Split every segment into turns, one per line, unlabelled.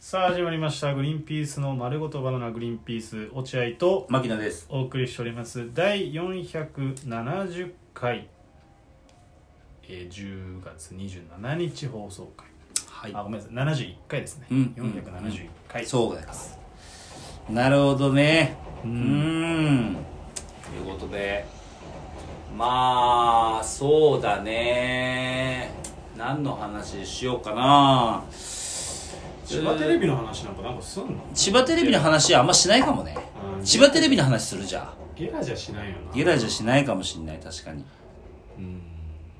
さあ始まりました「グリーンピースの丸ごとバナナグリーンピース落合」と
牧野です
お送りしております第470回、えー、10月27日放送回
は
あごめんなさい71回ですね、
うん
471回、
そうですなるほどねうーんということでまあそうだね何の話しようかな
千葉テレビの話なんかなんかすんの
千葉テレビの話はあんましないかもね
うん
千葉テレビの話するじゃん
ゲラじゃしないよな
ゲラじゃしないかもしんない確かに
うん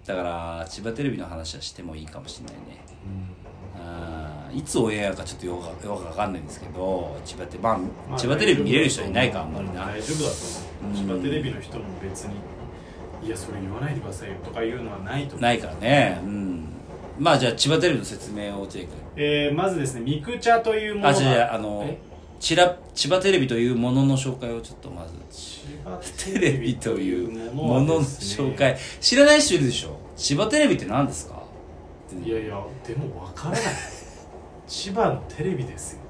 だから千葉テレビの話はしてもいいかもしんないねうんいつオンエアかちょっとよくよくわかんないんですけど千葉テ,、ま
ま
あ、
あ
千葉テレビ見れる人いないかあんまりな
大丈夫だと思う千
うん
葉テレビの人も別にいやそれ言わないでくださいよとかいうのはないと思う
ないからねうんまあじゃあ千葉テレビの説明を落合君
えーまずですねミクチャというもの
あ
が
じゃああの
え
ちら千葉テレビというものの紹介をちょっとまず
千葉
テレビというものの紹
は
介知らない人いるでしょ千葉テレビって何ですか
ですねいやいやでも分からない千葉のテレビですよ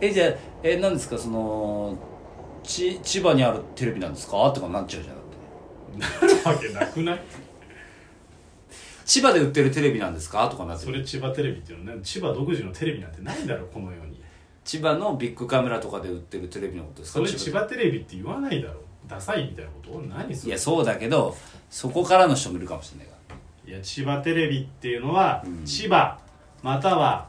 えじゃあえ何ですかそのち千葉にあるテレビなんですかとかなっちゃうじゃんだって
なるわけなくない
千葉で売ってるテレビなんですかとかなっちゃ
そうれ千葉テレビっていうのはね千葉独自のテレビなんてないだろこの世に
千葉のビッグカメラとかで売ってるテレビのことですか
それ千葉テレビって言わないだろダサいみたいなこと何そ
い
れ
やそうだけどそこからの人もいるかもしれないから
いや千葉テレビっていうのは、
うん
千葉または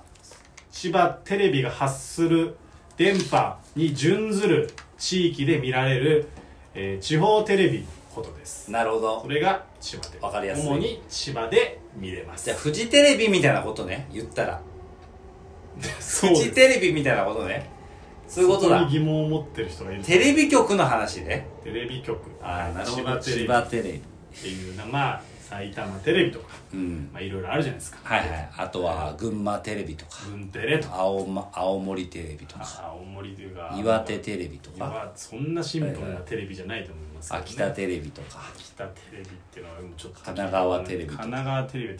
千葉テレビが発する電波に準ずる地域で見られる、えー地方テレビのことです
なるほど
それが千葉テレビ
わかりやすい
主に千葉で見れます
じゃあフジテレビみたいなことね言ったら
そ
フ
う
ジ
です
テレビみたいなことねそういうこと
そこ
だ
に疑問を持ってる人がいる
テレビ局の話ね
テレビ局
ああなるほ
千
ど
葉テレビっ
千葉テレビ
ていうのはまあ埼玉テレビとか
うん
まあいろいろあるじゃないですか
はいはいあとは群馬テレビとか
文テレとか
青,、ま、青森テレビとか
青森というか
岩手テレビとか
今そんなシンプルなテレビじゃないと思いますけどね、
秋田テレビとか
秋田テレビっていうのはもうちょっと
神奈川テレビと
神
か
奈川テレビは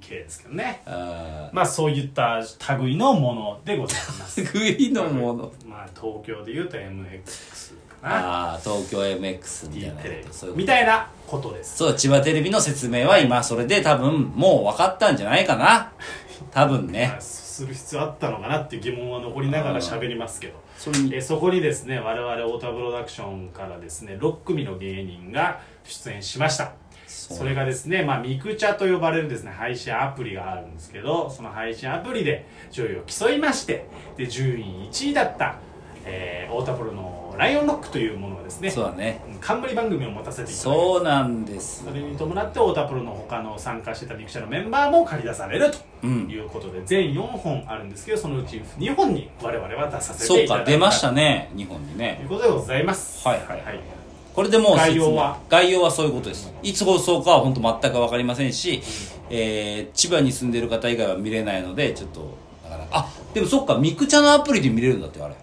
TVK ですけどね
あ
まあそういった類のものでございま
あ
す
類のもの
まあ東京でいうと MX かな
ああ東京 MX み
D
たいな
テレ
ことそう
ビみ
いうこと
たいなことです
そう千葉テレビの説明は今それで多分もう分かったんじゃないかな多分
ま
ね
あする必要あったのかなっていう疑問は残りながら喋りますけど
それに
えーそこにですね我々太田プロダクションからですね6組の芸人が出演しました
そう
それがですね、まあ、ミクチャと呼ばれるですね配信アプリがあるんですけどその配信アプリで上位を競いましてで順位1位だった、えー、太田プロの「ライオンロック」というものがですね
そうだね
うん冠番組を持たせていただいて
そうなんです
それに伴って太田プロの他の参加してたミクチャのメンバーも借り出されると
うん
いうことで、全4本あるんですけどそのうち2本に我々は出させ
そ
て
う
いただ
か
いた
出ましたね日本に
と
ね
いうことでございます
はいはい
はい
これでもう
概要
説明
は
概要はそういうことですいつ放送かは本当全く分かりませんし、えー千葉に住んでる方以外は見れないのでちょっとなかなかあでもそっかミクチャのアプリで見れるんだってあれ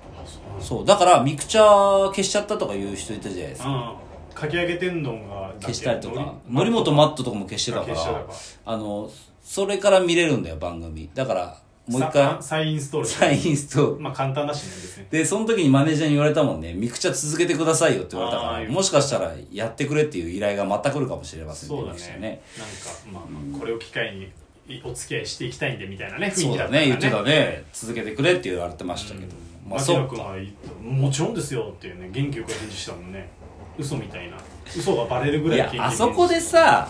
そうだからミクチャ消しちゃったとかいう人いたじゃないですか
うんかき揚げ天丼が
消したりとか則本マットとかも消してたから
消してたから
あのそれから見れるんだよ番組だからもう一回
さ再インストール
再インストール
まあ簡単だしね別に
でその時にマネージャーに言われたもんねミクチャ続けてくださいよって言われた
あ
か
ー
らもしかしたらやってくれっていう依頼がまた来るかもしれません
そうだ
ミクチャ
ねなんかまあまあこれを機会にいお付き合いしていきたいんでみたいなね雰囲
そ
気
う
だ
だ
ったから
ね言ってたね続けてくれって言われてましたけどまあ
牧
そ
野
っ
君
か
は言ったもちろんですよっていうね元気よく返事したもんね嘘みたいな嘘がバレるぐ
い
らい
や
元気
あそこでさ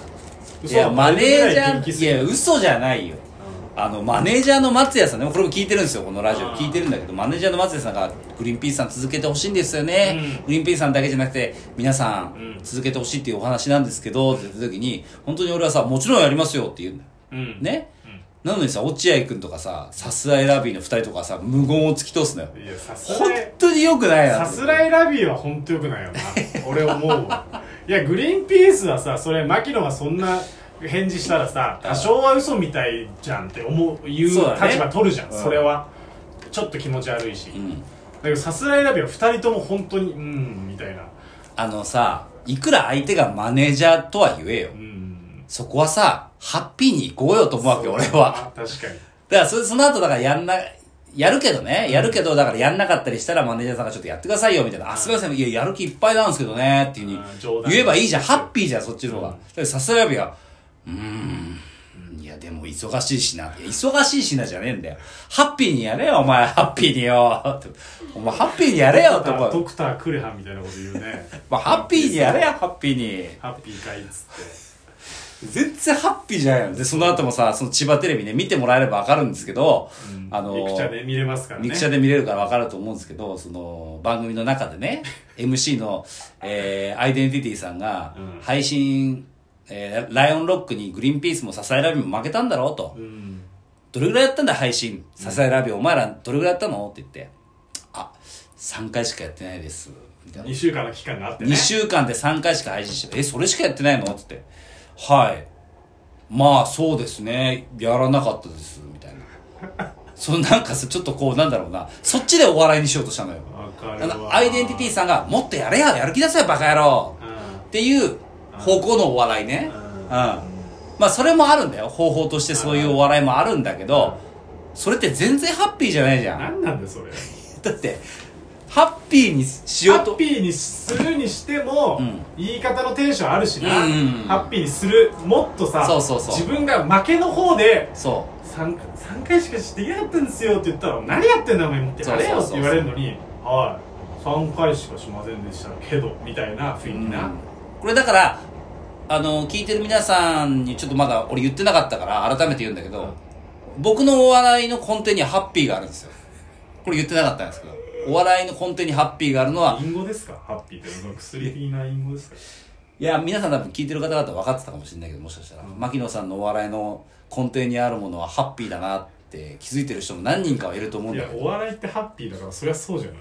い
嘘
や
が
マ
バ
ネ
レるぐ
ージ
らい
ャ
元気
ー
す
い
ぎ
や
る
嘘じゃないよあのマネージャーの松屋さんねこれも聞いてるんですよこのラジオ
あー
聞いてるんだけどマネージャーの松屋さんがグリーンピースさん続けてほしいんですよね、
うん
グリーンピースさんだけじゃなくて皆さん
うん
続けてほしいっていうお話なんですけどって言った時に本当に俺はさもちろんやりますよって言うんだよ
うん
ね
うん
なのにさ落合君とかささすらいラビーの2人とかさ無言を突き通すのよ
いやさす
本
がに
当によくない
さ
な
すらいラビーは本当よくないよな俺思うわいやグリーンピースはさそれ牧野がそんな返事したらさ多少は嘘みたいじゃんって思う言う立
そうだね
場取るじゃんそ,、
うん
れはちょっと気持ち悪いし、
う
だ
ん
けどさすらいラビーは2人とも本当にうんみたいな
あのさいくら相手がマネージャーとは言えよ
うん
そこはさハッピーに行こうよと思うわけ俺は
あ確かに
だからそ、その後だからやんな、やるけどね、やるけど、だからやんなかったりしたらマネージャーさんがちょっとやってくださいよ、みたいな。あ、すみません、いや、やる気いっぱいなんですけどね、っていう
うん
ふ
冗
う
談
に言えばいいじゃん。ハッピーじゃん、そっちの方
うん
が。で、さすがびが、うーん、いや、でも忙しいしな。いや、忙しいしなじゃねえんだよ。ハッピーにやれよ、お前、ハッピーによ。 ってお前、ハッピーにやれよ、と
ドクタード
思う。
クタークレハンみたいなこと言うね
まあ、ハッピーにやれよ、ハッピーに。
ハッピーかいっつっ
全然ハッピーじゃないの。で、その後もさ、その千葉テレビね、見てもらえればわかるんですけど、
て、うん、
あの
ミクチャで見れますからね
ミクチャで見れるから分かると思うんですけど、その、番組の中 でね、MC の、えー、アイデンティティさんが
うん、
配信、えー、ライオンロックにグリーンピースも支えラビも負けたんだろうと
う。ん
どれぐらいやったんだ、配信。支えラビお前らどれぐらいやったのって言って、あ、3回しかやってないです。みたいな
2。週間の期間があってね
2週間で3回しか配信してるえそれしかやってないの?」っつって「はいまあそうですねやらなかったです」みたいなそのなんかさちょっとこうなんだろうなそっちでお笑いにしようとしたのよ
わか
あ
る
の
わ
アイデンティティさんが「もっとやれややる気出せよバカ野郎」っていう方向のお笑いね
う
うんんまあそれもあるんだよ方法としてそういうお笑いもあるんだけどそれって全然ハッピーじゃないじゃ
うん何
ん
なんだよそれ
だってハッピーにしよ
ハ
うと
ッピーにするにしても、
うん
言い方のテンションあるしな、
うんうんうん
ハッピーにするもっとさ
そうそうそう
自分が負けの方で
そう
3, 3回しかしてなかったんですよって言ったら「何やってんだお前もってやれよ」
そう
っ
そう
て
そう
言われるのに「はい3回しかしませんでしたけど」みたいな雰囲気な、
これだからあの聞いてる皆さんにちょっとまだ俺言ってなかったから改めて言うんだけど、僕のお笑いの根底にはハッピーがあるんですよこれ言ってなかったんですけどお笑いの根底にハッピーがあるのは
インゴですかハッピーってその薬的なインゴですか
いや皆さん多分聞いてる方々分かってたかもしれないけどもしかしたら、牧野さんのお笑いの根底にあるものはハッピーだなって気づいてる人も何人かはいると思うん
い
だ
や
け
お
ど
笑いってハッピーだからそりゃそうじゃない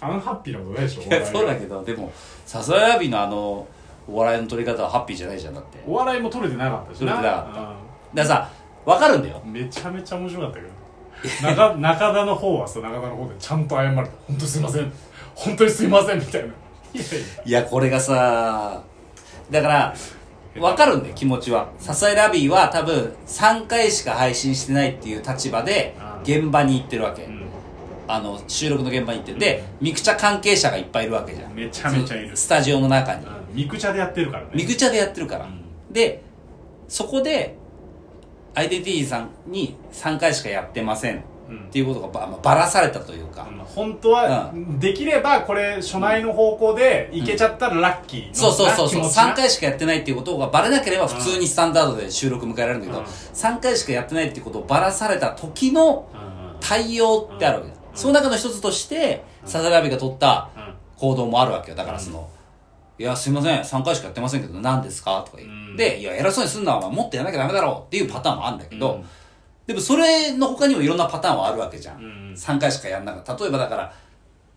アンハッピーなことないでしょお
いや
笑い
そうだけどでもさすがやびのあのお笑いの取り方はハッピーじゃないじゃんだってだか
お笑いも取れてなかったしな
取れてなからさ分かるんだよ
うんめちゃめちゃ面白かったけど中中田の方はさ中田の方でちゃんと謝る本当すいません本当にすいませんみたいないやいや
いや、これがさ、だから、わかるんだよ、気持ちは。支えラビーは多分、3回しか配信してないっていう立場で
あ、ー
現場に行ってるわけ
う。ん
あの、収録の現場に行って。で、ミクチャ関係者がいっぱいいるわけじゃん。
めちゃめちゃいる
スタジオの中に。
ミクチャでやってるからね
ミクチャでやってるから。
うん
で、そこで、アイデンティティさんに3回しかやってません。
う
っ
ん
ていうことがば、まあばらされたというか。
うん本当は
う
できればこれ初内の方向でいけちゃったらラッキーの
そうそうそう
気
そう
持ちな
3回しかやってないっていうことがバレなければ普通にスタンダードで収録迎えられるんだけど、
うん
3回しかやってないっていうことをバラされた時の
うん
対応ってあるわけだ、
うん
その中の一つとして、サザエラビが取った
うん
行動もあるわけよだからその、いやすいません3回しかやってませんけど何ですか?」とか言って、
うん
で「いや偉そうにすんなお前もっとやらなきゃダメだろ」っていうパターンもあるんだけど、
うん
でもそれの他にもいろんなパターンはあるわけじゃん、
うん
3回しかやんなかった例えばだから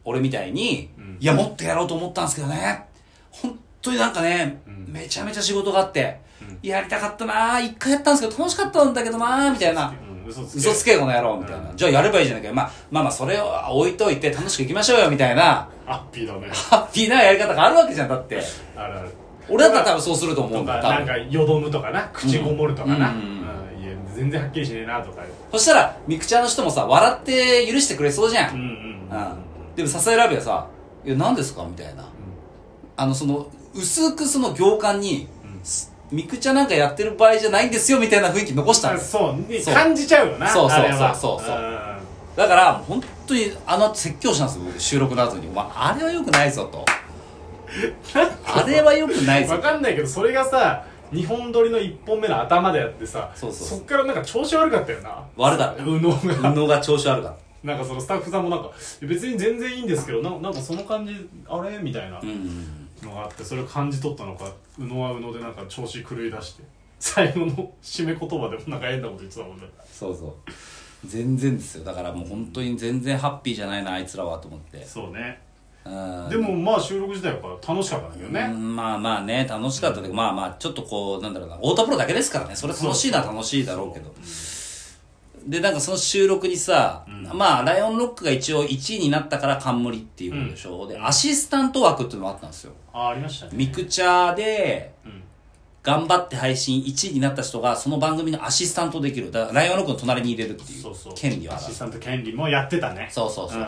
俺みたいに、
うん
いやもっとやろうと思ったんですけどね本当になんかね、
うん
めちゃめちゃ仕事があって、やりたかったな1回やったんですけど楽しかったんだけどなみたいな
うん嘘つけ
嘘つけこの野郎みたいな、じゃあやればいいじゃないかよ、まあ、まあまあそれを置いといて楽しくいきましょうよみたいな
ハッピーだね
ハッピーなやり方があるわけじゃんだって
あるある
俺だったら多分そうすると思う
と
ん
か
だよ多
なん
分
かよどむとかな口ごもるとかな、
うん
うんいや全然はっきりしねえなとか
そしたらミクちゃんの人もさ笑って許してくれそうじゃ
うん
ん、
うんうん
うん、でも支えラビはさ「いや何ですか?」みたいなあのその薄くその行間に、
うん
すミクちゃんなんかやってる場合じゃないんですよみたいな雰囲気残したん
あ
です
そうね
そう
感じちゃうよな
そうそうそう
あれは
そうそう
うん
だから本当にあの後説教したんですよ僕収録の後に「お前あれはよくないぞ」と 「あれはよくないぞ
わかんないけどそれがさ日本撮りの1本目の頭でやってさ
そうそう
っからなんか調子悪かったよな」
悪かった
右脳が
運動が調子悪かっ
なんかそのスタッフさんもなんか別に全然いいんですけどななんかその感じあれみたいな
たうん
のがあってそれを感じ取ったのか右脳は右脳でなんか調子狂い出して 最後の締め言葉でもなんか変なこと言ってたもんね
そうそう全然ですよだからもう本当に全然ハッピーじゃないなあいつらはと思って
そうね
うん
でもまあ収録自体は楽しかったんだけど
う
ね
んまあまあね楽しかったけど、まあまあちょっとこうなんだろうな太田プロだけですからねそれ楽しいな楽しいだろうけどでなんかその収録にさ、まあライオンロックが一応1位になったから冠っていうことでしょ、でアシスタント枠っていうのもあったんですよ
あありましたね
ミクチャで
うん
頑張って配信1位になった人がその番組のアシスタントできるだからライオンロックの隣に入れるってい
そううそう
権利はあ
ア
る
シスタント権利もやってたね
そうそうそう、
うん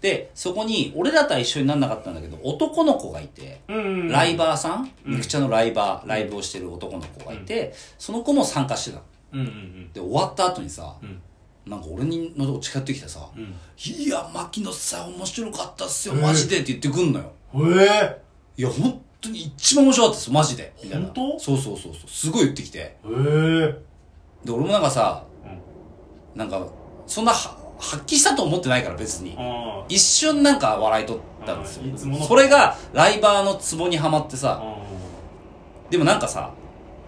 でそこに俺らとは一緒になんなかったんだけど男の子がいて、
うんうんうん
ライバーさん、ミクチャのライバーライブをしてる男の子がいて、その子も参加してたの
うんうんうん
で終わった後にさ、
ん
なんか俺のとこ近寄ってきてさ「
ん
いや牧野さん面白かったっすよマジで」って言ってくんのよ、
へえ
いや本当に一番面白かったっすマジでみたいな
本当
そうそうそうそうすごい言ってきて
へえ
で俺もなんかさ、なんかそんなは発揮したと思ってないから別に、
あ
一瞬なんか笑いとったんです
うんいつも
よ
の
それがライバーのツボにはまってさ
あ
でもなんかさ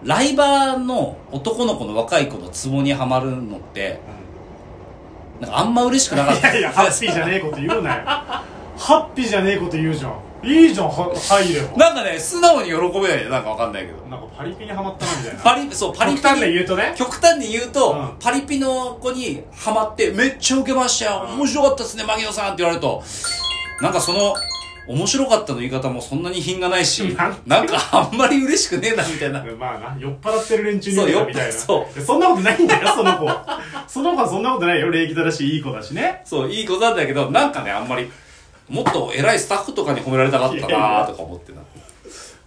ライバーの男の子の若い子のツボにはまるのってなんかあんま嬉しくなかっ
い
た
やいやハッピーじゃねえこと言うなよハッピーじゃねえこと言うじゃんいいじゃんは入れば
なんかね素直に喜べないよなんかわかんないけど
なんかパリピにハマったなみたいな
パリそうパリピ
極端で言うとね
極端に言うと、
うん
パリピの子にハマって、めっちゃウケましたよ、面白かったですね、牧野さんって言われると、なんかその、面白かったの言い方もそんなに品がない し、
なん
なんかあんまり嬉しくねえな、みたいな。
まあな酔っ払ってる連中に見え
そう
たみたいな
酔っ払
いやそんなことないんだよその子その子はそんなことないよ礼儀正しいいい子だしね
そう、いいことなんだけど、なんかね、あんまり、もっと偉いスタッフとかに褒められたかった
いやい
な
や
とか思ってな。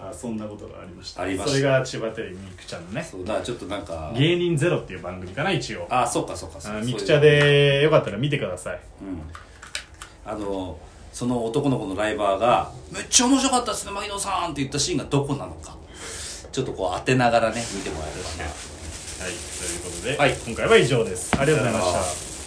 あそんなことがありました
ありました
それが千葉テレビミクちゃんのね
そう、だからちょっとなんか、
芸人ゼロっていう番組かな一応
あ、そうかそうかそう
あ
か。
ミクチャでよかったら見てください
あのその男の子のライバーが「めっちゃ面白かったですね牧野さん」って言ったシーンがどこなのかちょっとこう当てながらね見てもらえればな
はいということで、
はい
今回は以上ですありがとうございまし
ありがと
た
うございます